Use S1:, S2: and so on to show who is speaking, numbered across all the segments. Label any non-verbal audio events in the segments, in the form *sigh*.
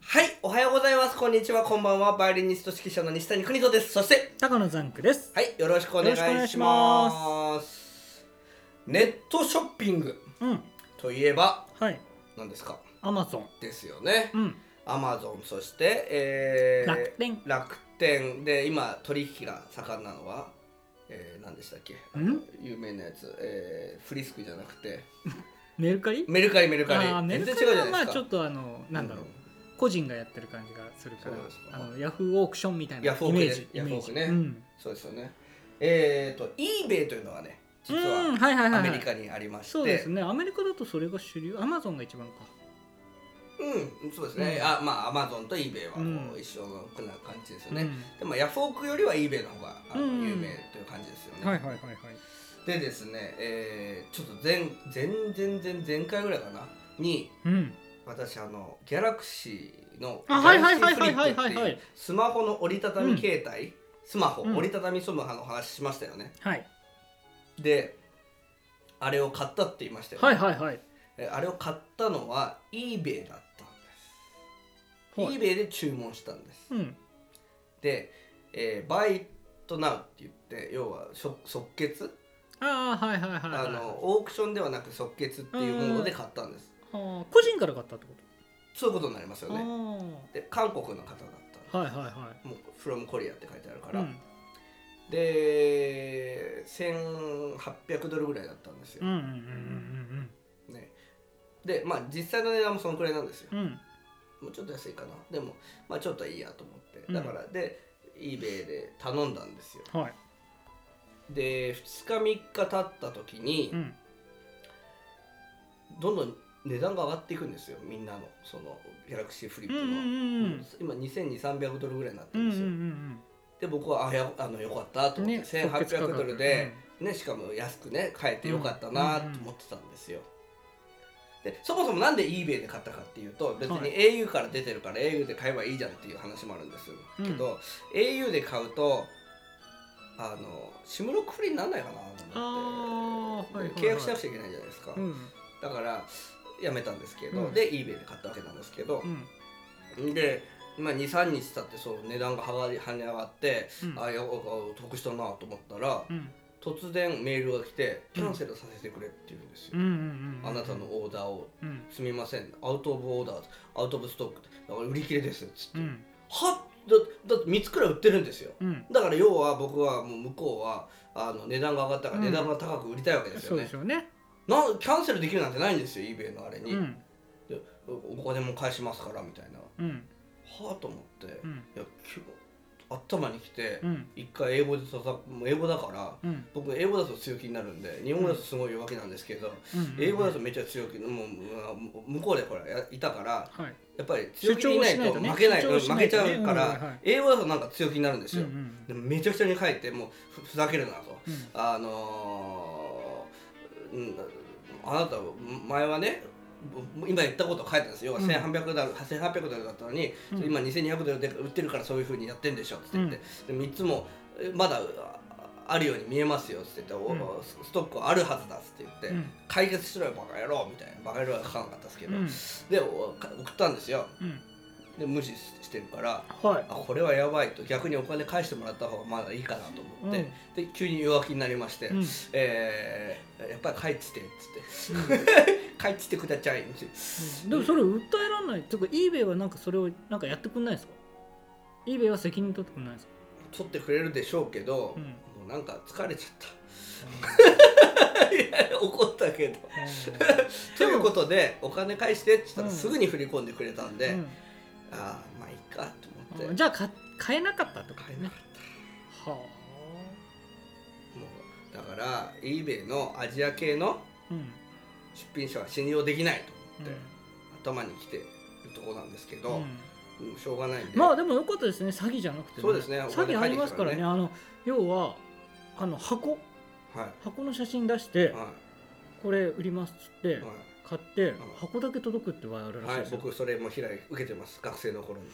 S1: はい、おはようございます。こんにちは、こんばんは。バイオリニスト指揮者の西谷邦人です。そして、
S2: 高野ザンクです。
S1: はい、よろしくお願い
S2: よろし
S1: し
S2: くお願
S1: ます。ネットショッピング
S2: うん、
S1: といえば、
S2: はい、
S1: 何ですか
S2: アマゾン。
S1: ですよね。
S2: うん、
S1: アマゾン、そして、えー、
S2: 楽天
S1: 楽天で、今、取引が盛んなのは、えー、何でしたっけあの
S2: ん
S1: 有名なやつ、えー、フリスクじゃなくて、
S2: メルカリ。
S1: メルカリ、メルカリ。
S2: あーメルカリ
S1: 全然違うじゃ
S2: は
S1: な
S2: ま
S1: い
S2: あ
S1: です
S2: ち
S1: か。
S2: ょっとあのなんだろう、
S1: うん
S2: 個人がやってる感じがするから
S1: そうですか
S2: あのヤフーオークションみたいな
S1: ヤフオ
S2: イ
S1: ク
S2: メ
S1: ね
S2: ージ
S1: ヤフオクね
S2: イメージうん
S1: そうですよね。えーと、eBay というのはね、実は、
S2: うんはいはいはい
S1: ア
S2: はい
S1: メリカにありまして、
S2: そうですねアメリカだとそれが主流アマゾンが一番か
S1: うん、そうですね、
S2: うん
S1: あまあアマゾンと eBay は
S2: うん
S1: もう一緒のくな感じですよね、
S2: うん
S1: でもヤフオクよりは eBay の方があの
S2: うん
S1: 有名という感じですよね、
S2: いはい
S1: でですね、えーちょっと前前前前前回ぐらいかなに
S2: うん
S1: 私あのギャラクシーの
S2: あ
S1: ギャ
S2: はい
S1: ラ
S2: はい
S1: クシ
S2: はい
S1: ーフ
S2: はい
S1: リップっ
S2: は
S1: て
S2: いはい
S1: いうスマホの折りたたみ携帯、スマホ
S2: うん
S1: 折りたたみスマホの話しましたよね、
S2: はい
S1: であれを買ったって言いましたよね、
S2: はいはいはい
S1: えあれを買ったのは eBay だったんです、
S2: はい
S1: eBay で注文したんです
S2: うん
S1: で、えーバイトナウって言って要は即即決
S2: ああはいはいはい
S1: あ
S2: はい
S1: のオークションではなく即決っていうもので買ったんです
S2: あー個人から買ったってこ
S1: そういうことになりますよ
S2: と、
S1: ねで韓国の方だったんです
S2: ああはいはいは
S1: もう「from コリア」って書いてあるか
S2: い
S1: ら、で1800ドルぐらいだったんです
S2: う
S1: よ、
S2: んうんうん
S1: ね、でまあ実際の値段もそのくらいなんですよ
S2: うんうんうん
S1: もうちょっと安いかなでもまあちょっといいやと思っ
S2: う
S1: て
S2: ん
S1: だから、で eBay で頼んだんですよ
S2: うんはい
S1: で2日3日経った時に、
S2: うん
S1: どんどん値段が上がっていくんですよみんなのそのギャラクシーフリッ
S2: うんう
S1: プ
S2: ん
S1: の、
S2: うんうん
S1: 今2200300ドルぐらいになって
S2: う
S1: るん
S2: ん
S1: ですよ、で僕はあやあのよかったと
S2: うんうん
S1: 思っ
S2: ね
S1: て、1800ドルで、、ね、しかも安くね買えてよかったな
S2: うんうんうん
S1: と思ってたんですよ、でそもそもなんで eBay で買ったかっていうと別に
S2: はい
S1: au から出てるから au で買えばいいじゃんっていう話もあるんですけど、au で買うとあのシムロックフリーにならないかなと思って、
S2: あーはいはいはい
S1: 契約しなくちゃいけないじゃないですか、
S2: うん
S1: だからやめたんですけど、
S2: うん
S1: で eBay で買ったわけなんですけど
S2: う、ん
S1: で、まあ、23日経ってそう値段がはがり跳ね上がって、
S2: うん
S1: あいやあ得したなと思ったら、
S2: うん
S1: 突然メールが来て「
S2: う
S1: キ
S2: ん
S1: ャンセルさせてくれ」って言うんです
S2: う
S1: よ、
S2: んうんうん、
S1: あなたのオーダーを
S2: うん
S1: 「すみませんアウト・オブ・オーダーアウト・オブ・ストックだから売り切れです」っつって「
S2: うん
S1: はっだだって3つくらい売ってるんですよ
S2: うん
S1: だから要は僕はもう向こうはあの値段が上がったから
S2: うん
S1: 値段が高く売りたいわけですよ
S2: そう
S1: ね
S2: でし、ょうね。
S1: なんキャンセルできるなんてないんですよ eBay のあれ
S2: う
S1: に、
S2: ん
S1: でお金も返しますからみたいな
S2: うん
S1: はあと思って、
S2: う
S1: い
S2: ん
S1: やき頭に来て、
S2: うん
S1: 一回英語で叩くもう英語だから
S2: うん
S1: 僕英語だと強気になるんで日本語だとすごい弱気なんですけど、
S2: うん
S1: 英語だとめっちゃ強気もうもう向こうでこれやいたから
S2: はい
S1: やっぱり強気にいないと
S2: 主張しないとね
S1: 負けない
S2: 主張し
S1: 負
S2: な
S1: けち
S2: いとね
S1: ゃうか
S2: うんはいは
S1: ら
S2: い
S1: 英語だとなんか強気になるんですよ、
S2: うんうん
S1: でもめちゃくちゃに書いてもうふふざけるなと。
S2: うん
S1: あのーうんあなた前はねぼ今言ったことを書いたんですよ、
S2: うん
S1: 1800ドル1800ドルだったのに、
S2: うん
S1: 今2200ドルで売ってるからそういうふうにやってんでしょって言って、で3つもえまだああるように見えますよって言って、お
S2: うん
S1: ストックはあるはずだって言って、
S2: うん
S1: 解決しろよバカ野郎みたいなバカ野郎は書かなかったですけど、
S2: うん
S1: でおか送ったんですよ
S2: うん
S1: で無視してるから
S2: はい
S1: あこれはやばいと逆にお金返してもらった方がまだいいかなと思って、で急に弱気になりまして、
S2: うん
S1: えー、やっぱり帰ってきてっつって帰ってきてくだちゃい
S2: うんでもそれ訴えられない。とか eBay はなんかそれをなんかやってくんないですか？eBay は責任取ってくんないですか？
S1: 取ってくれるでしょうけど、
S2: うん
S1: もうなんか疲れちゃったいや *laughs* 怒ったけどということでお金返してって言ったら
S2: うん
S1: すぐに振り込んでくれたんで、
S2: うん
S1: ああまあいいかと思
S2: う
S1: っ
S2: ん
S1: て
S2: じゃあか買えなかったってこと
S1: 買えな
S2: ね
S1: か。っ
S2: は
S1: たもうだから eBay のアジア系の
S2: あ。うん
S1: 出品者は信用できないと思って、頭
S2: う
S1: にきてるとこなんですけ
S2: ん
S1: ど
S2: う、ん
S1: うんしょうがないんで
S2: まあでも良かったですね詐欺じゃなくて、
S1: そうですね
S2: 詐欺ありますからね
S1: お金
S2: あの要はあの箱
S1: は
S2: 箱の写真出して、
S1: い、は
S2: これ売りますっつって、
S1: いはい
S2: 買って
S1: ん
S2: 箱だけ届くって場合あるらしい
S1: はい
S2: で、すよ、
S1: 僕それも被害受けてます学生の頃に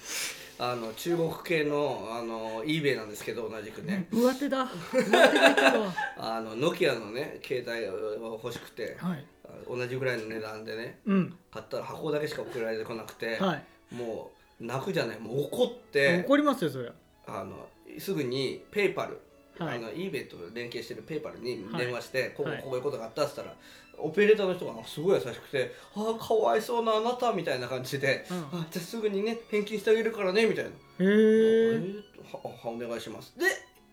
S1: あの中国系のあの eBay なんですけど同じくね
S2: 上手だ上手がい
S1: *laughs*
S2: たわ
S1: あのノキアのね携帯が欲しくて
S2: はい
S1: 同じぐらいの値段でね
S2: うん
S1: 買ったら箱だけしか送られてこなくて、
S2: はい
S1: もう泣くじゃないもう怒って
S2: 怒りますよそりゃ
S1: あのすぐにペイパル
S2: は
S1: あ
S2: い
S1: の eBay と連携してるペーパルに
S2: はい
S1: 電話して、ここ
S2: はい
S1: こういうことがあったっつったら、オペレーターの人があすごい優しくて「ああかわいそうなあなた」みたいな感じで「
S2: うん
S1: あじゃあすぐにね返金してあげるからね」みたいな「
S2: へ
S1: え
S2: え
S1: ははお願いします」で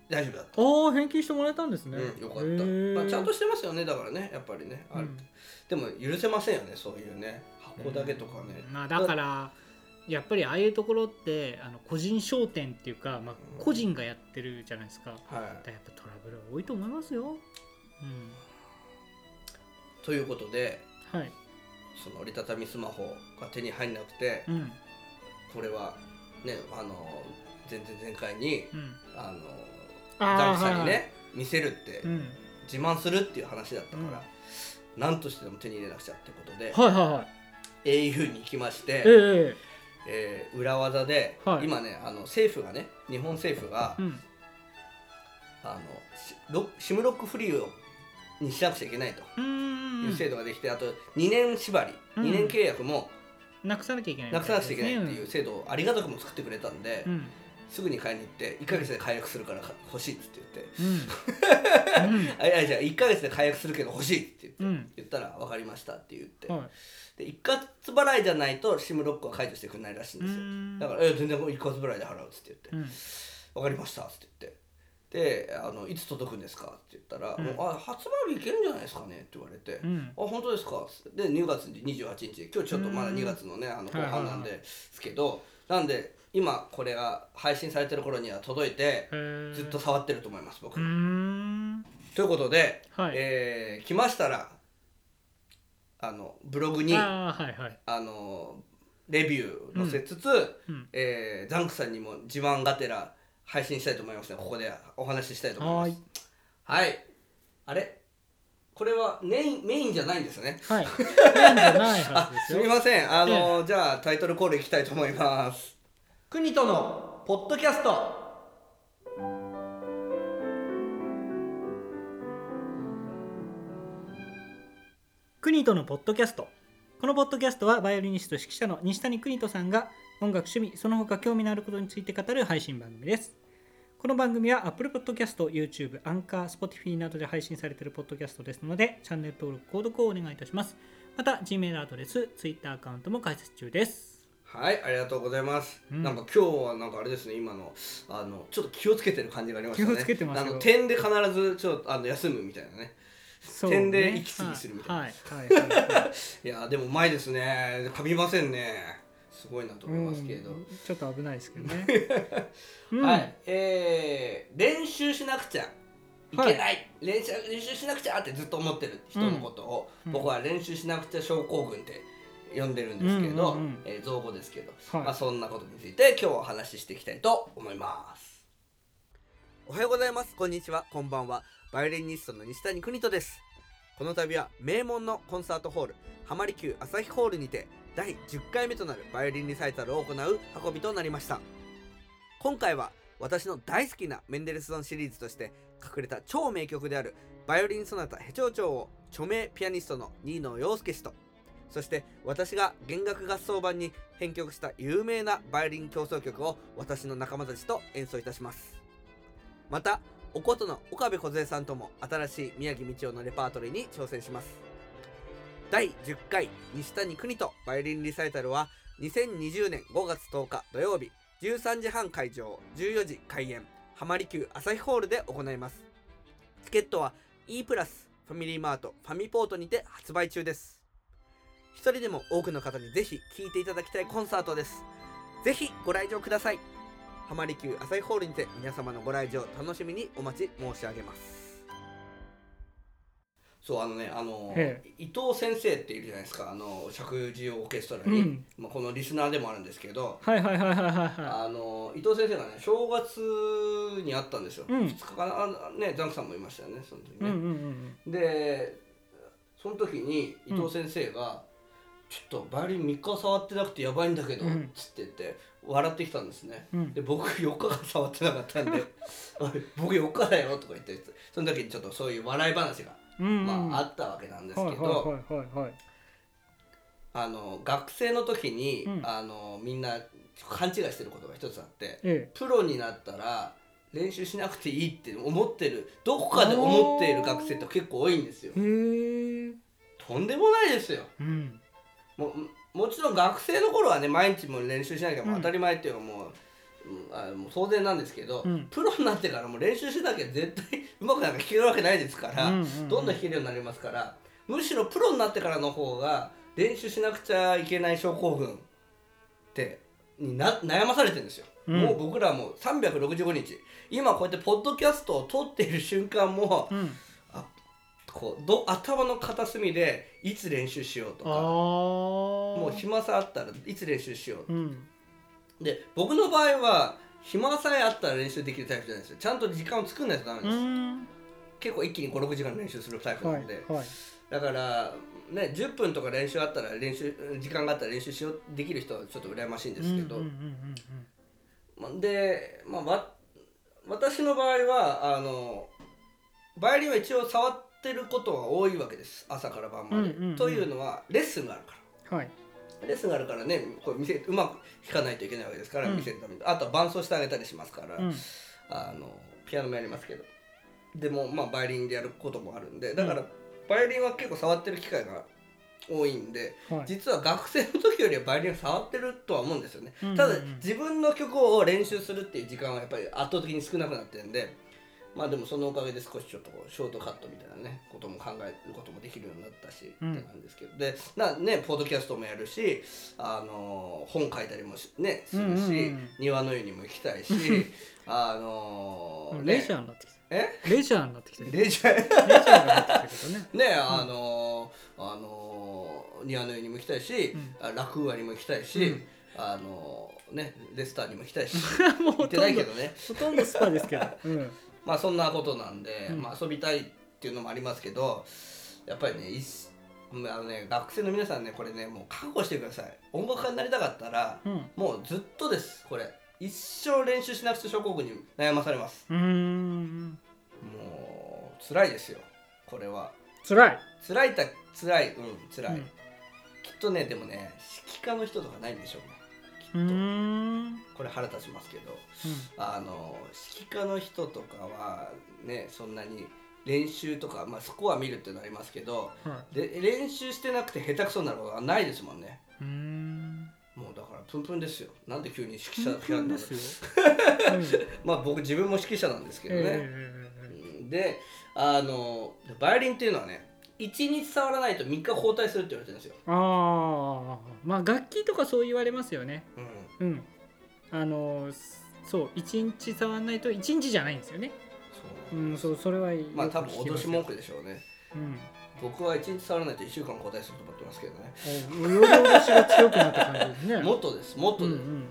S1: 大丈夫だった、
S2: ああ返金してもらえたんですね、
S1: うん、よかった、
S2: へー
S1: まあ、ちゃんとしてますよねだからねやっぱりねある、
S2: うん
S1: でも許せませんよねそういうね箱だけとかね、
S2: まあ、だからやっぱりああいうところってあの個人商店っていうか、まあ、個人がやってるじゃないですかだか
S1: はい
S2: らやっぱトラブルは多いと思いますよ、うん、
S1: ということで
S2: はい、
S1: その折りたたみスマホが手に入んなくて
S2: うん
S1: これはねあの前々前回に
S2: うん、
S1: あの
S2: あー
S1: ダンさんに
S2: はい
S1: ね見せるって、
S2: うん、
S1: 自慢するっていう話だったから、なんとしてでも手に入れなくちゃってことで、
S2: はいはいはい
S1: au に行きまして、
S2: ええ
S1: え
S2: え
S1: ー裏技で、
S2: はい
S1: 今ねあの政府がね日本政府が
S2: え、うん
S1: あのシロシムロックフリーをにしなくちゃいけないと
S2: う
S1: い
S2: ん
S1: う制度ができて、あと2年縛り、
S2: うん
S1: 2年契約も
S2: なくさなきゃいけない
S1: なくさなくちゃいけないっていう
S2: う、
S1: 制度をありがたくも作ってくれたんで、
S2: うんうん
S1: すぐに買いに行って1ヶ月で解約するから欲しいっつって言って。
S2: うん
S1: あいやいや1ヶ月で解約するけど欲しいって言って、 *laughs*
S2: うん
S1: 言ったら分かりましたって言って、
S2: うんはい
S1: で一括払いじゃないと SIM ロックは解除してくれないらしいんですよ、
S2: うん
S1: だから「え全然一括払いで払う」っつって言って「
S2: うん
S1: 分かりました」っつって言って「であのいつ届くんですか?」って言ったら「
S2: うん
S1: もうあ発売日いけるんじゃないですかね」って言われて「
S2: うん
S1: あ本当ですか?」っつってで2月28日今日ちょっとまだ
S2: うん
S1: 2月のねあの後
S2: はいはい
S1: 半
S2: はい
S1: なんですけど、なんで今これが配信されてる頃には届いて
S2: へー
S1: ずっと触ってると思います
S2: う
S1: 僕、
S2: ーん
S1: ということで、
S2: はい、
S1: えー来ましたらあのブログにあ
S2: ああはいはい
S1: のレビュー載せつつ、
S2: うん
S1: えーザンクさんにも自慢がてら配信したいと思いますのでここでお話ししたいと思
S2: はいい
S1: ますはいあれこれはメインメインじゃないんですね
S2: *laughs* はいなんじゃないは
S1: あ
S2: ずです
S1: す
S2: よ
S1: みませんあの、じゃあタイトルコールいきたいと思います国とのポッドキャスト
S2: クニトのポッドキャストこのポッドキャストはバイオリニスト指揮者の西谷邦人さんが音楽趣味その他興味のあることについて語る配信番組ですこの番組は Apple Podcast、YouTube、Anchor、Spotify などで配信されているポッドキャストですのでチャンネル登録・購読をお願いいたしますまた Gmail アドレス、Twitter アカウントも開設中です
S1: はいありがとうございます、
S2: うん
S1: なんか今日はなんかあれですね今のあのちょっと気をつけてる感じがありましたね
S2: 気をつけてますよ
S1: あの点で必ずちょっとあの休むみたいなね
S2: そう
S1: 点で息継ぎするみたいな
S2: はいはいはいはいは
S1: い
S2: い
S1: やーでもうまいですねかみませんねすごいなと思いますけれど、
S2: うんちょっと危ないですけど
S1: *laughs*
S2: ね、うん
S1: はいえー、練習しなくちゃいけない、練習練習しなくちゃってずっと思ってる人のことを、
S2: うん
S1: 僕は練習しなくちゃ症候群って呼んでるんですけど、
S2: うんうんうん
S1: えー造語ですけど、
S2: はい
S1: まあ、そんなことについて今日お話ししていきたいと思いますおはようございますこんにちはこんばんはバイオリニストの西谷邦人ですこの度は名門のコンサートホール浜離宮朝日ホールにて第10回目となるバイオリンリサイタルを行う運びとなりました今回は私の大好きなメンデルスゾンシリーズとして隠れた超名曲であるバイオリンソナタヘチョウチョウを著名ピアニストの新野陽介氏とそして私が弦楽合奏版に編曲した有名なバイオリン協奏曲を私の仲間たちと演奏いたしますまたおことの岡部梢さんとも新しい宮城道夫のレパートリーに挑戦します第10回西谷邦人バイオリンリサイタルは2020年5月10日土曜日13時半会場14時開演浜離宮朝日ホールで行いますチケットは e プラスファミリーマートファミポートにて発売中です一人でも多くの方にぜひ聴いていただきたいコンサートですぜひご来場ください浜離宮朝日ホールにて皆様のご来場楽しみにお待ち申し上げますそうあのねあの
S2: え
S1: 伊藤先生っているじゃないですかあの尺字オーケストラ
S2: う
S1: に、
S2: ん
S1: まあ、このリスナーでもあるんですけど
S2: はいはいはいはいはいは
S1: あの伊藤先生がね正月に会ったんですよ、
S2: うん
S1: 2日かなあねザンクさんもいましたよねその時
S2: いうんうん
S1: ね、
S2: うん
S1: でその時に伊藤先生が、ちょっとバイオリン3日触ってなくてやばいんだけど」
S2: う
S1: っ
S2: ん
S1: つって言って笑ってきたんですね、
S2: うん
S1: で僕4日間触ってなかったんで
S2: *laughs*
S1: 「おい僕4日だよ」とか言ってその時にちょっとそういう笑い話が、
S2: うんうんうん
S1: まあ、あったわけなんですけど、
S2: はいはいはいはいはい
S1: あの学生の時に、
S2: うん
S1: あのみんな勘違いしてることが一つあって
S2: え
S1: プロになったら練習しなくていいって思ってるどこかで思っている学生って結構多いんですよ
S2: え。へえ。
S1: とんでもないですよ
S2: うん。
S1: ももちろん学生の頃はね毎日も練習しなきゃもう当たり前っていうのはもう,うん、あもう当然なんですけど、
S2: うん
S1: プロになってからもう練習しなきゃ絶対うまくなんか弾けるわけないですから、
S2: うんうんうん
S1: どんどん弾けるようになりますからむしろプロになってからの方が練習しなくちゃいけない症候群ってにな悩まされてるんですよ、
S2: うん
S1: もう僕らもう365日今こうやってポッドキャストを撮っている瞬間も
S2: うん。
S1: こうど頭の片隅でいつ練習しようと
S2: あ
S1: か。
S2: あ。
S1: もう暇さあったらいつ練習しよう
S2: うん。
S1: で僕の場合は暇さえあったら練習できるタイプじゃないですよちゃんと時間を作んないとダメ
S2: う
S1: です、
S2: ん。
S1: 結構一気に56時間練習するタイプ
S2: は
S1: ないので、。
S2: はい。
S1: だからね10分とか練習あったら練習時間があったら練習しようできる人はちょっと羨ましいんですけど、
S2: うんうんうんうん
S1: まで、まあ、わ私の場合はあのバイオリンは一応触ってることが多いわけです朝から晩まで、
S2: うんうんうん
S1: というのはレッスンがあるから
S2: うん。はい。
S1: レッスンがあるからねこう見せうまく弾かないといけないわけですから、
S2: うん
S1: 見せるためにあとは伴奏してあげたりしますから、
S2: うん。
S1: あのピアノもやりますけどでもまあバイオリンでやることもあるんでだから、バイオリンは結構触ってる機会が多いんで
S2: はい。
S1: 実は学生の時よりはバイオリンを触ってるとは思うんですよね、
S2: うんうんうん
S1: ただ自分の曲を練習するっていう時間はやっぱり圧倒的に少なくなってるんでまあでもそのおかげで少しちょっとこうショートカットみたいなねことも考えることもできるようになったし、
S2: うん
S1: ってなんですけどでなねポッドキャストもやるし、あのー本書いたりもしねするし、
S2: うんうんうん
S1: 庭の湯にも行きたい
S2: *laughs*
S1: しあのー、ね、
S2: レジャーになってきた。
S1: え
S2: レジャーになってきた。レジ
S1: レジャー
S2: ャーになってきたけどね。
S1: ねあのーあのー庭の湯にも行きたいし、
S2: うん
S1: あ楽ウアにも行きたいし、
S2: うん
S1: あのーねレスターにも行きたいし
S2: も
S1: 行
S2: う *laughs* ほ
S1: って
S2: と
S1: ない
S2: んど
S1: けどね
S2: ほとんどスパですけど。うん。
S1: まあそんなことなんで、
S2: うん
S1: まあ遊びたいっていうのもありますけどやっぱりねいっあのね学生の皆さんねこれねもう覚悟してください音楽家になりたかったら
S2: うん。
S1: もうずっとですこれ一生練習しなくちゃ症候群に悩まされます
S2: うーん。
S1: もう辛いですよこれは
S2: 辛い。
S1: 辛いた辛いうん辛い、
S2: うん
S1: きっとねでもね指揮家の人とかないんでしょうねきっ
S2: う
S1: と、
S2: ーん。うん
S1: これ腹立ちますけどあの指揮家の人とかはねそんなに練習とか、まあ、スコア見るっていうのはありますけど
S2: はい。
S1: で練習してなくて下手くそになることはないですもんね
S2: うーん。
S1: もうだからプンプンですよなんで急に指揮者
S2: 金
S1: 批判な
S2: 粉で
S1: の
S2: すよ。うん
S1: まあ僕自分も指揮者なんですけどね、
S2: ええ
S1: うんであのバイオリンっていうのはね1日触らないと3日交代するって言われてるんですよ、
S2: ああまあ楽器とかそう言われますよね
S1: うん、
S2: うんあのそう一日触んないと一日じゃないんですよね
S1: そう
S2: うんそうそれは
S1: まあ多分脅し文
S2: 句
S1: 句でしょうね
S2: うん
S1: 僕は1日触らないと1週間交代すると思ってますけどね
S2: おより脅しが強くなった感じですね
S1: もっとですもっ
S2: う
S1: と
S2: ん
S1: で
S2: う
S1: す、
S2: ん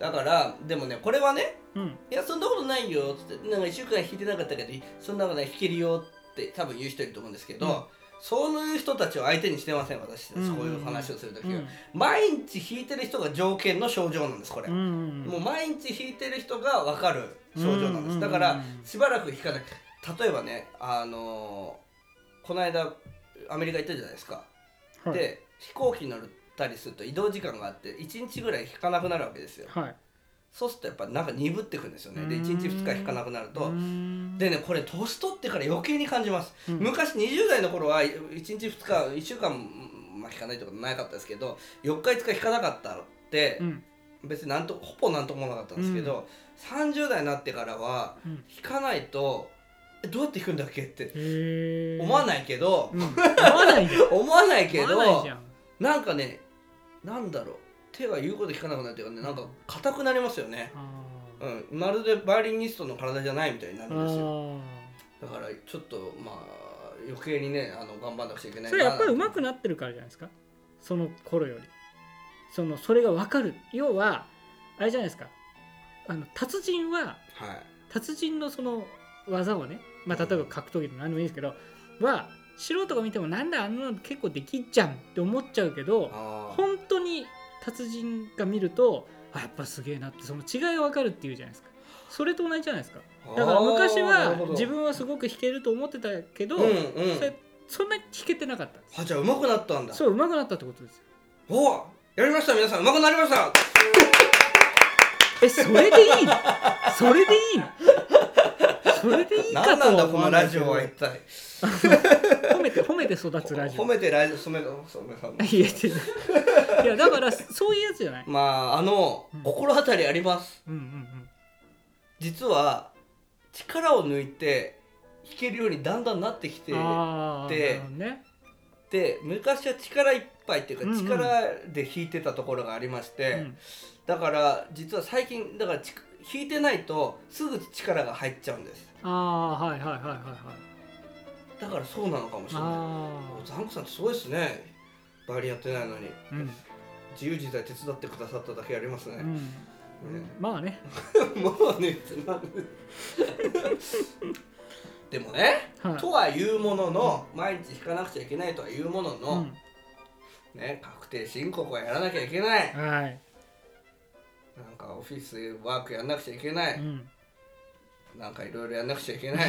S1: だからでもねこれはね
S2: うん
S1: いやそんなことないよっつってなんか1週間弾いてなかったけどそんなことない弾けるよって多分言う人いると思うんですけど、
S2: うん
S1: そういう人たちを相手にしてません私
S2: うんうんうん
S1: そういう話をするとき
S2: う
S1: は、
S2: ん
S1: 毎日弾いてる人が条件の症状なんですこれ、
S2: うん
S1: もう毎日弾いてる人が分かる症状なんです、
S2: うん
S1: だからしばらく弾かない例えばねあのーこの間アメリカ行ったじゃないですか、
S2: はい
S1: で飛行機に乗ったりすると移動時間があって1日ぐらい弾かなくなるわけですよ
S2: はい
S1: そうするとやっぱなんか鈍ってくんですよねで
S2: うん
S1: 1日2日弾かなくなる
S2: う
S1: と
S2: ん
S1: でねこれ年取ってから余計に感じます、
S2: うん
S1: 昔20代の頃は1日2日1週間、まあ、弾かないってことなかったですけど4日5日弾かなかったのって
S2: うん
S1: 別になんとほぼなんともなかったんですけど、30代になってからは
S2: うん
S1: 弾かないとえどうやって弾くんだっけって
S2: へえ
S1: 思わ
S2: い
S1: ないけど、
S2: 思わないよ
S1: 思わないけ
S2: 思わない
S1: ど
S2: じゃん
S1: なんかねなんだろう手が言うこと聞かなくなるっていうかねなんか硬くなりますよね、
S2: あー
S1: うん、まるでバイオリニストの体じゃないみたいになるんですよ
S2: あー
S1: だからちょっとまあ余計にねあの頑張んなくちゃいけないな
S2: それやっぱり上手くなってるからじゃないですかその頃よりそのそれが分かる要はあれじゃないですかあの達人は
S1: はい
S2: 達人のその技をね、まあ、例えば格闘技でも何でもいいんですけどは素人が見てもなんだあんなの結構できんじゃんって思っちゃうけど
S1: あー
S2: 本当に達人が見るとあやっぱすげえなってその違いが分かるっていうじゃないですかそれと同じじゃないですかだから昔
S1: あーな
S2: は
S1: るほど
S2: 自分はすごく弾けると思ってたけど、
S1: うんうん
S2: それそんなに弾けてなかったんです
S1: あじゃあ上手くなったんだ
S2: そう、上手くなったってことですよ。
S1: おおやりました皆さん上手くなりました
S2: えそれでいいのそれでいいのそれでいいか
S1: 何
S2: と
S1: なん
S2: は
S1: だ
S2: 思
S1: こ
S2: わ
S1: の
S2: ない
S1: ラ
S2: け
S1: ジ
S2: ど
S1: オは一体
S2: 褒めて褒めて育つラジオ
S1: 褒めてラジオ褒め褒め褒め
S2: いやいやだからそういうやつじゃない
S1: まああの
S2: うん
S1: 心当たりあります
S2: うんうんうん
S1: 実は力を抜いて弾けるようにだんだんなってきて
S2: あー
S1: で
S2: なるほどね
S1: で昔は力いっぱいっていう
S2: うん
S1: か
S2: うん
S1: 力で弾いてたところがありまして、
S2: うん
S1: だから実は最近だからち弾いてないとすぐ力が入っちゃうんです
S2: ああーはいはいはいはいはい
S1: だからそうなのかもしれな
S2: あ
S1: いザンクさんすごいですねバイオリンやってないのに
S2: あうん
S1: 自由自在手伝ってくださっただけあります
S2: う
S1: ね、 *laughs*
S2: んまあね
S1: もうねつまんない *laughs* でもね、
S2: はい
S1: とは言うものの、毎日弾かなくちゃいけないとは言うものの、ね、確定申告はやらなきゃいけない、
S2: うんはい
S1: なんかオフィスワークやんなくちゃいけない、
S2: うん
S1: なんかいろいろやんなくちゃいけ
S2: *laughs*
S1: ない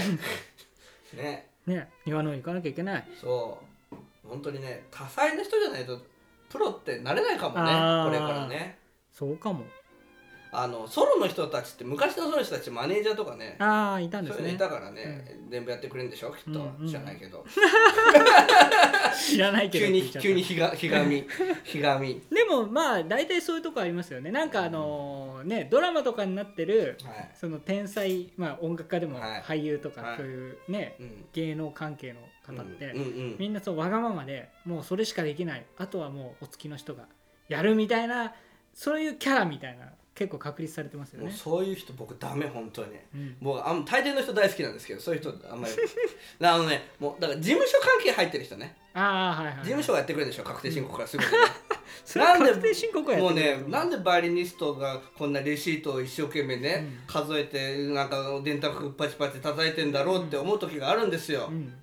S1: ね
S2: ね庭の方に行かなきゃいけない
S1: そう本当にね多彩な人じゃないとプロってなれないかもね
S2: あー
S1: これからね
S2: そうかも
S1: あのソロの人たちって昔のソロの人たちマネージャーとかね
S2: ああいたんで
S1: そういうの
S2: すね
S1: いたからね、全部やってくれるんでしょきっと、
S2: うんうん
S1: 知らないけど
S2: 知らないけ
S1: 急
S2: どって
S1: に
S2: 言っちゃった
S1: 急にひがひが
S2: *laughs*
S1: みひがみ
S2: でもまあ大体そういうとこありますよねなんかあのねドラマとかになってる
S1: はい、
S2: その天才まあ音楽家でも
S1: はい
S2: 俳優とか
S1: はい
S2: そういうね
S1: うん、
S2: 芸能関係の方っ
S1: うん
S2: て
S1: うんうん
S2: みんなそうわがままでもうそれしかできないあとはもうお付きの人がやるみたいなそういうキャラみたいな結構確立されてますよ
S1: もう
S2: ね。
S1: そういう人僕ダメ本当に
S2: うん
S1: もうあん大抵の人大好きなんですけどそういう人あん
S2: *laughs*
S1: まりあのねもうだから事務所関係入ってる人ね
S2: ああはいはいはい。
S1: 事務所がやってくれるでしょ確定申告からすぐに、
S2: *laughs* それは
S1: なんで
S2: 確定申告はや
S1: も
S2: っ
S1: う
S2: て
S1: ね
S2: くれる
S1: なんでバイオリニストがこんなレシートを一生懸命ね、
S2: うん
S1: 数えてなんか電卓パチパチ叩いてんだろうって思う時があるんですよ、
S2: うん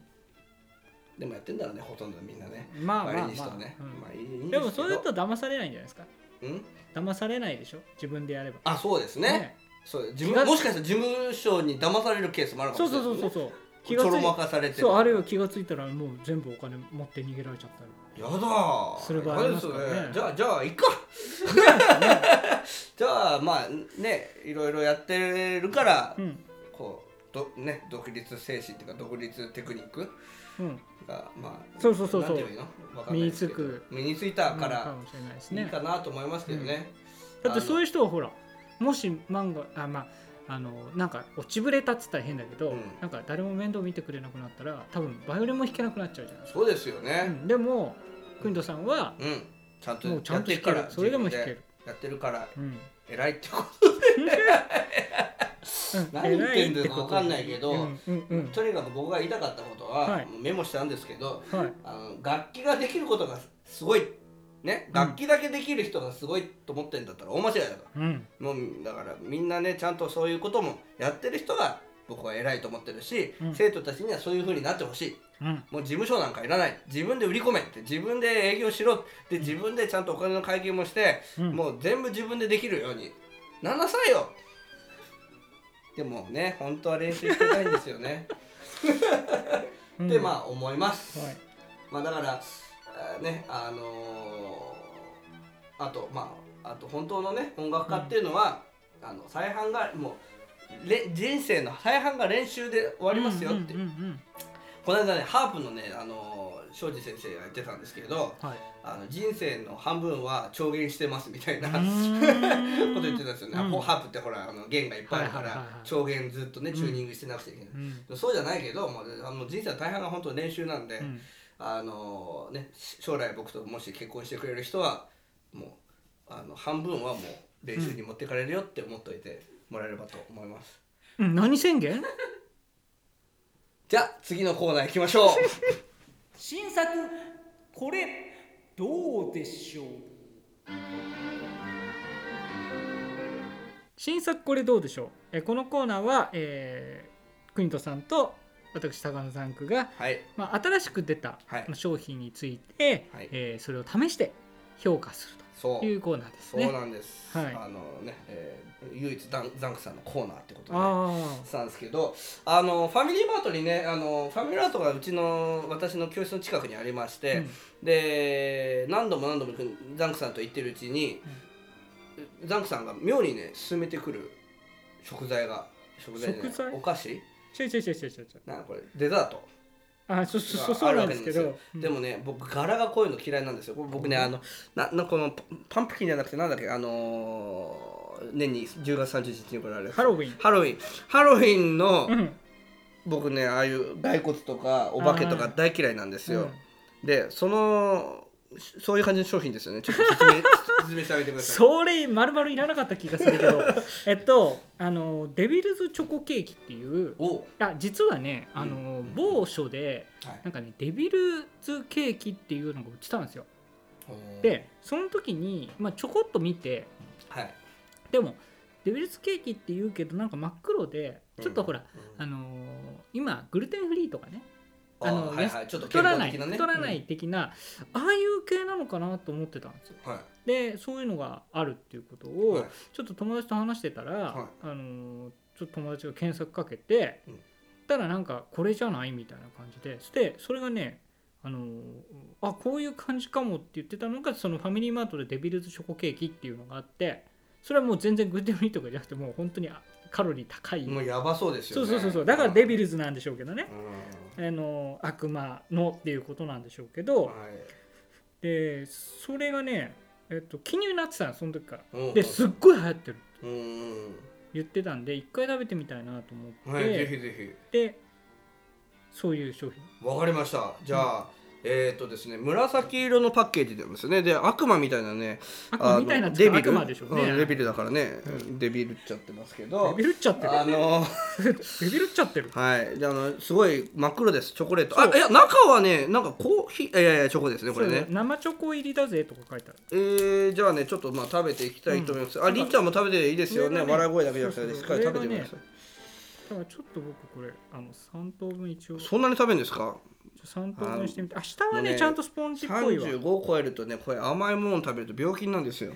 S1: でもやってんだろうねほとんどみんなね
S2: まあま
S1: バイオ
S2: あ
S1: リニス
S2: ま
S1: ト
S2: あ
S1: はね、
S2: うん
S1: まあいいん
S2: です
S1: け
S2: も
S1: ど
S2: それだと騙されないんじゃないですか
S1: うん
S2: 騙されないでしょ自分でやれば
S1: あそうですねそう自
S2: 気が
S1: 分
S2: つ
S1: もしかしたら事務所に騙されるケースもあるかも
S2: そう
S1: しれ
S2: そ
S1: な
S2: う
S1: い
S2: そ
S1: です
S2: うそ
S1: ね
S2: うそう気がつ
S1: ちょろま
S2: い
S1: かされてる
S2: そうあるいは気がついたらもう全部お金持って逃げられちゃったり
S1: やだ
S2: する場合ありますからね
S1: やだそれじゃあじゃあ
S2: *laughs*
S1: いっかじゃあまあねいろいろやってるから、
S2: うん
S1: こうどね独立精神っていうか独立テクニック
S2: うん
S1: がまあ
S2: そうそうそうそう
S1: なんていのわかんないですけど
S2: 身につく
S1: 身についたか
S2: からもしれないです
S1: いい
S2: ね
S1: かなと思いますけどね、
S2: だってそう
S1: い
S2: いう人はほらもし漫画あまああのなんか落ちぶれたっつったら変だけど、
S1: うん
S2: なんか誰も面倒見てくれなくなったら多分バイオリンも弾けなくなっちゃうじゃないです
S1: そうですよ
S2: か、う
S1: ね
S2: んでも国戸さんは
S1: うん、ちゃんと
S2: もうちゃ
S1: や
S2: ん
S1: っ
S2: と
S1: てる
S2: 弾け
S1: か
S2: る
S1: ら
S2: それでも弾け
S1: 自分
S2: る、
S1: でやってるから
S2: うん
S1: 偉いってこと
S2: うん
S1: 何言ってんだよ
S2: 偉こと
S1: わかんないけど
S2: うんうんうん
S1: とにかく僕が言いたかったことは、
S2: はい
S1: メモしたんですけど
S2: はい
S1: あの楽器ができることがすごいね
S2: ん
S1: 楽器だけできる人がすごいと思ってんだったら大間違いだと
S2: うん
S1: もうだからみんなねちゃんとそういうこともやってる人が僕は偉いと思ってるし、
S2: うん
S1: 生徒たちにはそういう風になってほしい
S2: うん
S1: もう事務所なんかいらない自分で売り込めって自分で営業しろで自分でちゃんとお金の会計もして、
S2: うん
S1: もう全部自分でできるようになんなさいよでもね本当は練習してないんですよね
S2: うん
S1: ってまあ思います、
S2: はい
S1: まあだからあーねあのーあとまああと本当のね音楽家っていうのは、あの再販がもうれ人生の再販が練習で終わりますよって、
S2: うんうんうん
S1: この間ねハープのねあのー庄司先生が言ってたんですけど
S2: うんはい
S1: あの人生の半分は調弦してますみたいな
S2: う
S1: こ *laughs*
S2: ーん
S1: と言ってたんですよね、
S2: うん
S1: ハープってほらあの弦がいっぱいあるか
S2: はいはい
S1: ら
S2: はいはい
S1: 調弦ずっとね
S2: うん
S1: チューニングしてなくちゃいけない、
S2: うん
S1: そうじゃないけど、まあ、あの人生の大半が本当練習なんで、
S2: うん
S1: あのね、し将来僕ともし結婚してくれる人はもうあの半分はもう練習に持ってかれるよって思っといてもらえればと思います、
S2: うん何宣言
S1: じゃあ次のコーナー行きましょう
S2: *laughs* 新作これどうでしょう新作これどうでしょうえこのコーナーは、えー、国人さんと私高野さんくが、
S1: はい
S2: まあ、新しく出た
S1: はい
S2: まあ商品について、
S1: はい
S2: えーそれを試して評価する
S1: そ
S2: といううコーナーです
S1: そう
S2: ね。
S1: なんです、
S2: はい
S1: あのね、えー唯一ダンザンクさんのコーナーってことで、
S2: ああ
S1: したんですけどあのファミリーマートにねあのファミリーマートがうちの私の教室の近くにありまして、
S2: うん
S1: で何度も何度もザンクさんと行ってるうちに、ザンクさんが妙にね勧めてくる食材が食材じゃない
S2: 食材
S1: お菓子
S2: 違う違う違う違う違う
S1: なんかこれデザート
S2: あそうそうそう
S1: が
S2: そ
S1: あ
S2: う
S1: る
S2: なん
S1: わ
S2: で
S1: け
S2: すけ
S1: な
S2: ど
S1: よでもね僕柄が濃いの嫌いなんですよ僕僕ねあのななこのパパンプキンじゃなくてなんだっけあのー年に10月31日に行われる
S2: ハロウィン
S1: ハロウィンハロウィンの、
S2: うんうん
S1: 僕ねああいう骸骨とかお化けと
S2: あ
S1: か
S2: ー
S1: 大嫌いなんですよ、でそのそういう感じの商品ですよねちょっと
S2: *laughs*
S1: 説明説明してあげてください
S2: それまるまるいらなかった気がするけ
S1: *laughs*
S2: どえっとあのデビルズチョコケーキっていう
S1: おは
S2: あ実はねあの、
S1: うん
S2: 某所で
S1: い
S2: なんかねデビルズケーキっていうのが売ってたんですよでその時に、まあ、ちょこっと見て
S1: はい
S2: でもデビルズケーキって言うけどなんか真っ黒でちょっとほら、
S1: うん
S2: あのー今グルテンフリーとかねあの
S1: ーはいはいちょっと
S2: 太らない、
S1: 健康的
S2: 太らない的な、ああいう系なのかなと思ってたんですよ
S1: うんはい
S2: でそういうのがあるっていうことを、
S1: はい
S2: ちょっと友達と話してたら、
S1: はい
S2: あのーちょっと友達が検索かけて、
S1: うん
S2: たらなんかこれじゃないみたいな感じででそれがねあのーあこういう感じかもって言ってたのがそのファミリーマートでデビルズチョコケーキっていうのがあってそれはもう全然グルテンフリーとかじゃなくてもう本当にあカロリー高い、
S1: もうやばそうです
S2: そ
S1: よ
S2: う
S1: ね
S2: そうそうそうだからデビ
S1: ル
S2: ルズなんでしょうけどね、あのー悪魔のっていうことなんでしょうけど、でそれがね、えっと、気になってたのその時から。ですっごい流行ってる
S1: うん
S2: 言ってたんで一回食べてみたいなと思っ
S1: はいぜ
S2: て
S1: ひぜ
S2: でそういう商品
S1: ひわかりましたじゃあえっとですね紫色のパッケージなんですねで悪魔みたいなね
S2: 悪
S1: あ
S2: 魔
S1: の
S2: みたいなっ
S1: デ
S2: て
S1: ビ
S2: 悪
S1: ル
S2: 魔でしょうね、
S1: うんデビ
S2: デ
S1: ルだからね
S2: う
S1: デビルっちゃってますけど
S2: ビルっちゃってる
S1: あのー
S2: デビルっちゃってる
S1: はいであのすごい真っ黒ですチョコレートあ
S2: そう
S1: いや中はねなんかコーヒーいやいやチョコですねこれ
S2: そう
S1: ね
S2: だよ生チョコ入りだぜとか書いてある
S1: えー、じゃあねちょっとまあ食べていきたいと思います、ありんちゃんも食べていいですよね
S2: 上がね
S1: 笑い声だけじゃなく
S2: そう
S1: て
S2: そう
S1: しっかり食べてくだ
S2: 上
S1: さ
S2: が
S1: い、
S2: だからちょっと僕これあの3等分一応
S1: そんなに食べるんですか
S2: 3等分してみてあ下は
S1: もう
S2: ね
S1: ね
S2: ちゃんとスポンジっぽいわ
S1: 35超えるとねこれ甘いもの食べると病気になるんですよ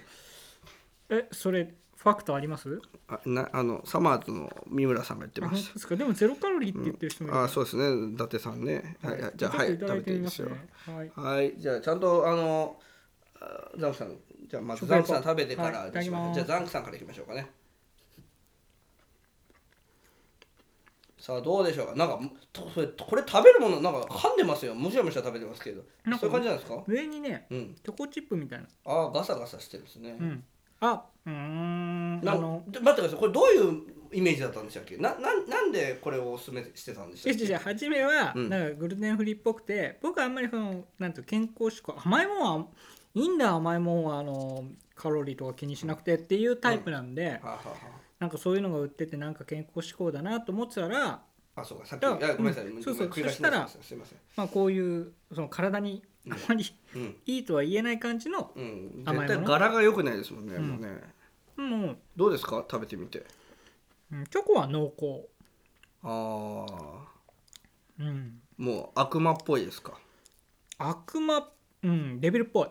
S2: えそれファクトあります
S1: あなあのサマーズの三村さんが言って
S2: あ
S1: ま
S2: 本
S1: し
S2: 当ですかでもゼロカロリーって言ってる人もいる、
S1: たあそうですね伊達さんねはい、はい、じゃあはい
S2: ちょっと
S1: 食
S2: だ
S1: べ
S2: い
S1: ていいですよ
S2: みますねはい
S1: はいじゃあちゃんとあのあザンクさんじゃあまず
S2: 食
S1: ザ
S2: レ
S1: ン
S2: ポ
S1: クさん食べてか
S2: はい
S1: ら
S2: いただき
S1: じゃ
S2: ます
S1: あザンクさんからいきましょうかねさあどうでしょうかなんかとそれこれ食べるものなんか噛んでますよむしゃむしゃ食べてますけど
S2: なんか
S1: そういう感じなんですか
S2: 上にね
S1: うん
S2: チョコチップみたいな
S1: ああガサガサしてるんですね、
S2: うんあうーん
S1: な
S2: あの
S1: で待ってくださいこれどういうイメージだったんでしたっけななんなんでこれをおすすめしてたんでした
S2: 違う
S1: っけ
S2: 違う初めは
S1: うん
S2: なんかグルテンフリーっぽくて、僕はあんまりそのなんていうの健康志向甘いもんはいいんだ甘いもんはあのカロリーとか気にしなくてっていうタイプなん
S1: は
S2: で、
S1: あ、はあは
S2: なんかそういうのが売っててなんか健康志向だなと思ってたら、
S1: あ、あそうかさっき
S2: だから
S1: いやごめんなさい、
S2: うん
S1: ごめん
S2: そうそう
S1: 繰り返しになっちゃいま
S2: そ
S1: すすいません
S2: まあ、こういうその体に
S1: うん
S2: あまり
S1: うん
S2: いいとは言えない感じの、
S1: うん、
S2: 甘いもの
S1: 絶対柄が良くないですもんね、
S2: うん
S1: もうね
S2: もう
S1: どうですか食べてみて
S2: うんチョコは濃厚、
S1: あー
S2: うん、
S1: もう悪魔っぽいですか
S2: 悪魔、うん、デビルっぽい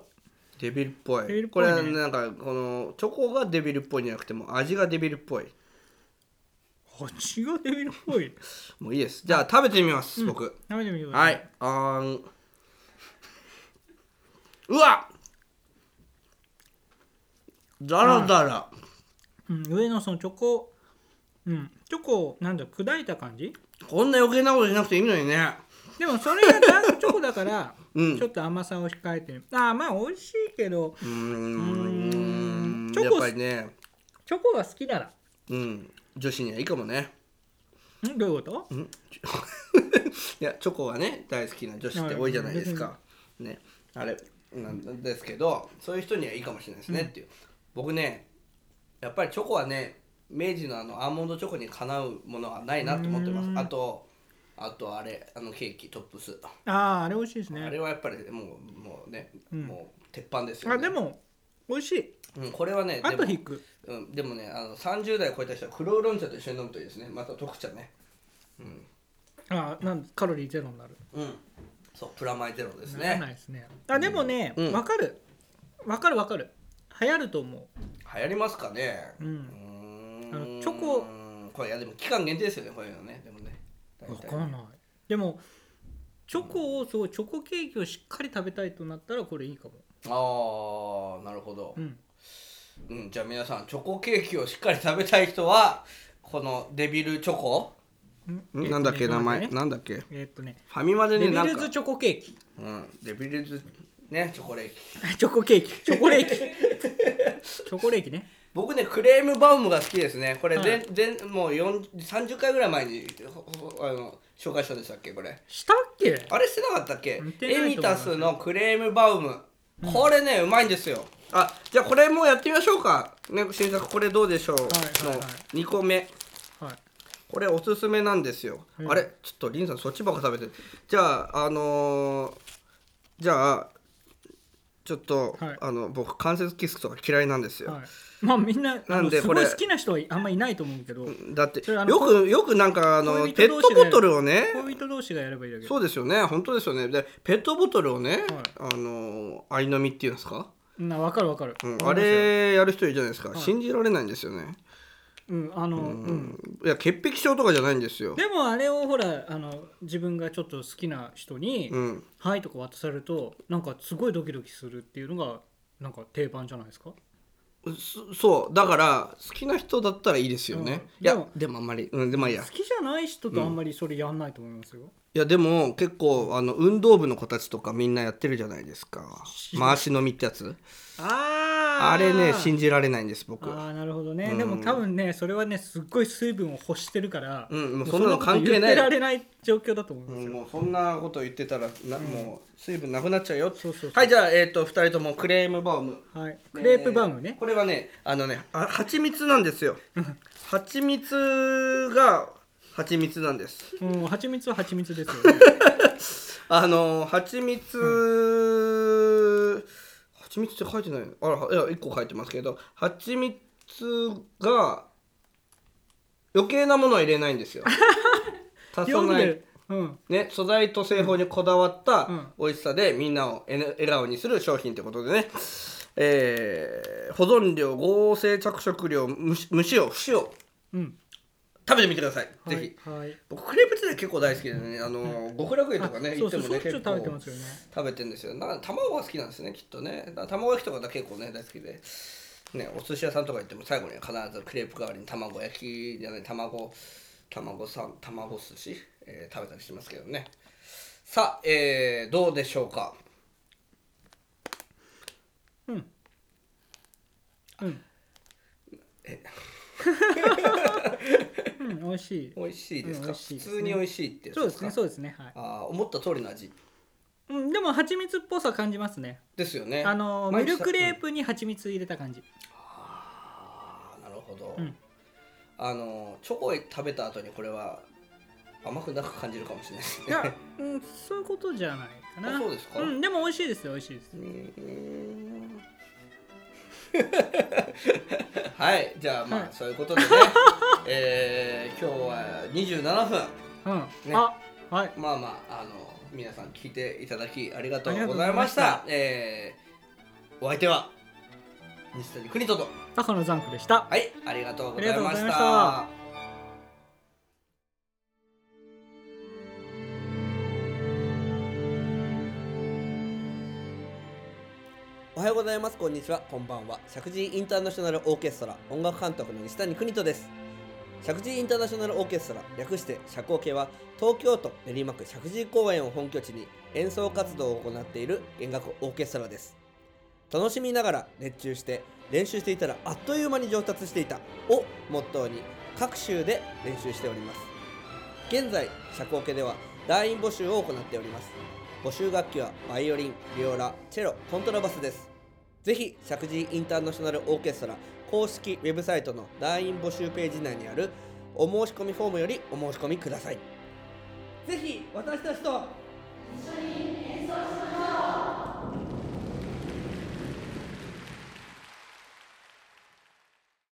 S1: デビルっぽい
S2: デビルっ
S1: こ
S2: ぽい
S1: れ
S2: ね
S1: はなんかこのチョコがデビルっぽいんじゃなくてもう味がデビルっぽい
S2: 味がデビルっぽい
S1: もういいですじゃあ食べてみます、
S2: うん
S1: 僕
S2: 食べてみてくださ、
S1: はいいあーんうわザラザラ
S2: うん、上のそのチョコ、うん、チョコなんだろう砕いた感じ
S1: こんな余計なことしなくていいのにね
S2: でもそれがダークチョコだから
S1: うん
S2: ちょっと甘さを控えてるああまあ美味しいけど
S1: うーん
S2: チョ
S1: や
S2: コ
S1: っぱりね
S2: チョコが好きなら
S1: うん女子にはいいかもね
S2: んどういうこと
S1: ん *laughs* いやチョコがね大好きな女子って多いじゃないですか、ね、あれなんですけどそういう人にはいいかもしれないですねっていう、僕ねやっぱりチョコはね明治のあのアーモンドチョコにかなうものはないなと思ってま
S2: う
S1: す
S2: ん
S1: あとあとあれあのケーキトップス、
S2: あああれ美味しいです
S1: あ
S2: ね
S1: れはやっぱりもうもうね、
S2: うん
S1: もう鉄板ですよ、ね、
S2: あで、も美味しい
S1: うん、これはね
S2: あ
S1: で
S2: と
S1: も
S2: 引く
S1: うん、でもねあの30代超えた人は黒ウーロン茶と一緒に飲むといいですねまた特茶ね
S2: あーなんカロリーゼロになる
S1: うんそうプラマイゼロです
S2: なら
S1: ね
S2: ないですねあでもね
S1: うん
S2: わ、かるわかるわかる流行ると思
S1: 流行りますかね
S2: うう
S1: うんーん
S2: あのチョコ
S1: これいやでも期間限定ですよねこういうのねでもね大
S2: わ
S1: 体
S2: かんないでもチョコをそうチョコケーキをしっかり食べたいとなったらこれいいかも
S1: ああなるほど、
S2: うん
S1: うん、じゃあ皆さんチョコケーキをしっかり食べたい人はこのデビルチョコ
S2: えっとね
S1: なんだっけ名
S2: ごめ
S1: 前
S2: んね
S1: なんだっけ
S2: えーっとね
S1: ファミマで
S2: デ
S1: ね
S2: ビ
S1: なん
S2: ル
S1: か
S2: ズチョコケーキ
S1: うんデビルズね *laughs* チョコレート
S2: チョコケー *laughs* キチョコレ
S1: *laughs*
S2: ーキチョコレーキね
S1: 僕ねクレームバウムが好きですねこれ
S2: はい
S1: 全全、もう40 30回ぐらい前にほほあの紹介したんでしたっけこれ
S2: したっけ
S1: あれしてなかったっけ
S2: 似てない
S1: エ
S2: と思い
S1: ミ
S2: ます
S1: タスのクレームバウムこれね、うまいんですよあじゃあこれもやってみましょうかね新作これどうでしょう、
S2: いはいはい
S1: の2個目
S2: はい
S1: これおすすめなんですよ、
S2: うん
S1: あれちょっとリンさんそっちばっか食べてるじゃああのーじゃあちょっと、
S2: はい
S1: あの僕関節キスとか嫌いなんですよ、
S2: はい、まあみんなあの
S1: なんです
S2: ご
S1: こ
S2: い
S1: れ
S2: 好きな人はあんまいないと思うけど
S1: だって
S2: それあ
S1: よ
S2: の
S1: くよくなんかあの
S2: 恋
S1: ペッ
S2: 人
S1: ト
S2: 同士で
S1: ボトルをね
S2: 恋人同士がやればいいだけ
S1: そうですよね本当ですよねでペットボトルをね、あのー相飲みっていうんですか、
S2: な分かる分かる、
S1: うん
S2: 思
S1: あ
S2: いますよ
S1: れやる人いるじゃないですか、
S2: はい
S1: 信じられないんですよね、
S2: うんあの、
S1: う
S2: うん、
S1: んいや潔癖症とかじゃないんですよ、
S2: でもあれをほらあの自分がちょっと好きな人に「
S1: うん、
S2: はい」とか渡されるとなんかすごいドキドキするっていうのがなんか定番じゃないですか
S1: そそうだから好きな人だったらいいですよね、
S2: うん
S1: いや
S2: でも
S1: でもあんまり、うん、でもいいや
S2: 好きじゃない人とあんまりそれやんないと思いますよ、
S1: いやでも結構あの運動部の子たちとかみんなやってるじゃないですか回し飲みってやつ
S2: あ
S1: あれね信
S2: じ
S1: じられないんです僕
S2: あーなるほどね、
S1: うん
S2: でも多分ねそれはねすっごい水分を欲してるから、
S1: うんもう
S2: もう
S1: そんなの
S2: こと
S1: 関係ない
S2: 言ってられない状況だと思います
S1: うん
S2: よ、
S1: もうそんなこと言ってたらな、もう水分なくなっちゃうよ
S2: そうそうそう
S1: はいじゃあえっ、と2人ともクレームバウム
S2: はい、クレープバウム
S1: えー
S2: ね、
S1: これはねあのねあ蜂蜜なんですよ蜂蜜が蜂蜜なんです
S2: うん、蜂蜜は蜂蜜です
S1: *laughs*
S2: よね
S1: あのー蜂蜜蜂蜜って書いてないのあらいや1個書いてますけど蜂蜜が余計なものは入れないん
S2: *laughs*
S1: ですよ足さ
S2: 読ん
S1: な
S2: で
S1: い
S2: る、うん、
S1: ね、素材と製法にこだわった
S2: うん
S1: 美味しさでみんなをえね笑顔にする商品ってことでね、えー保存料合成着色料無し無使用不使用
S2: うん、
S1: 食べてみてください、
S2: はい、
S1: ぜひ
S2: はい、
S1: 僕クレープ自体結構大好きでねあのー、極楽湯とかね
S2: あ
S1: 行
S2: そう
S1: って
S2: そ
S1: も
S2: うしょ
S1: ね
S2: っちゅ
S1: 結
S2: う食べて
S1: 構
S2: ますよね
S1: 食べてるんですよな卵が好きなんですねきっとねだ卵焼きとかだ結構ね大好きで、ね、お寿司屋さんとか行っても最後には必ずクレープ代わりに卵焼きじゃない卵卵さん卵寿司、えー食べたりしますけどねさあ、えーどうでしょうか
S2: うんうん
S1: え
S2: *laughs* うん、美味しい
S1: 美味しいです
S2: うん
S1: か、
S2: 美味しいですね
S1: 普通に美味しいってやつ
S2: そうですね
S1: か
S2: そうですねはい、
S1: あー思った通りの味
S2: うん、でも蜂蜜っぽさ感じますね
S1: ですよね
S2: あの
S1: 毎
S2: ミ
S1: 日
S2: ルクレー
S1: うん
S2: プに蜂蜜入れた感じ
S1: あーなるほど、
S2: うん
S1: あのチョコ食べた後にこれは甘くなく感じるかもしれないですね
S2: いや、うん、そういうことじゃないかな
S1: あそうですか
S2: ん、でも美味しいですよ美味しいです
S1: うーんはいじゃあまあ、
S2: はい
S1: そういうことで
S2: *laughs*
S1: ねえー今日は27分
S2: うん、
S1: ね
S2: あはい
S1: まあまああの皆さん聞いていただきありがと
S2: あり
S1: う
S2: がと
S1: ご
S2: う
S1: ざ
S2: ござ
S1: い
S2: い
S1: ま
S2: ま
S1: し
S2: したた
S1: えーお相手は西谷邦人と
S2: 高野ザンクでした
S1: はいありがとうございま
S2: ありがとうござ
S1: し
S2: いましたた
S1: おはようございますこんにちはこんばんは石神井インターナショナルオーケストラ音楽監督の西谷邦人です石神井インターナショナルオーケストラ略して社交系は東京都練馬区石神井公園を本拠地に演奏活動を行っている弦楽オーケストラです楽しみながら熱中して練習していたらあっという間に上達していたをモットーに各州で練習しております現在社交系では団員募集を行っております募集楽器はバイオリンビオラチェロコントラバスですぜひ石神井インターナショナルオーケストラ公式ウェブサイトの団員募集ページ内にあるお申し込みフォームよりお申し込みくださいぜひ私たちと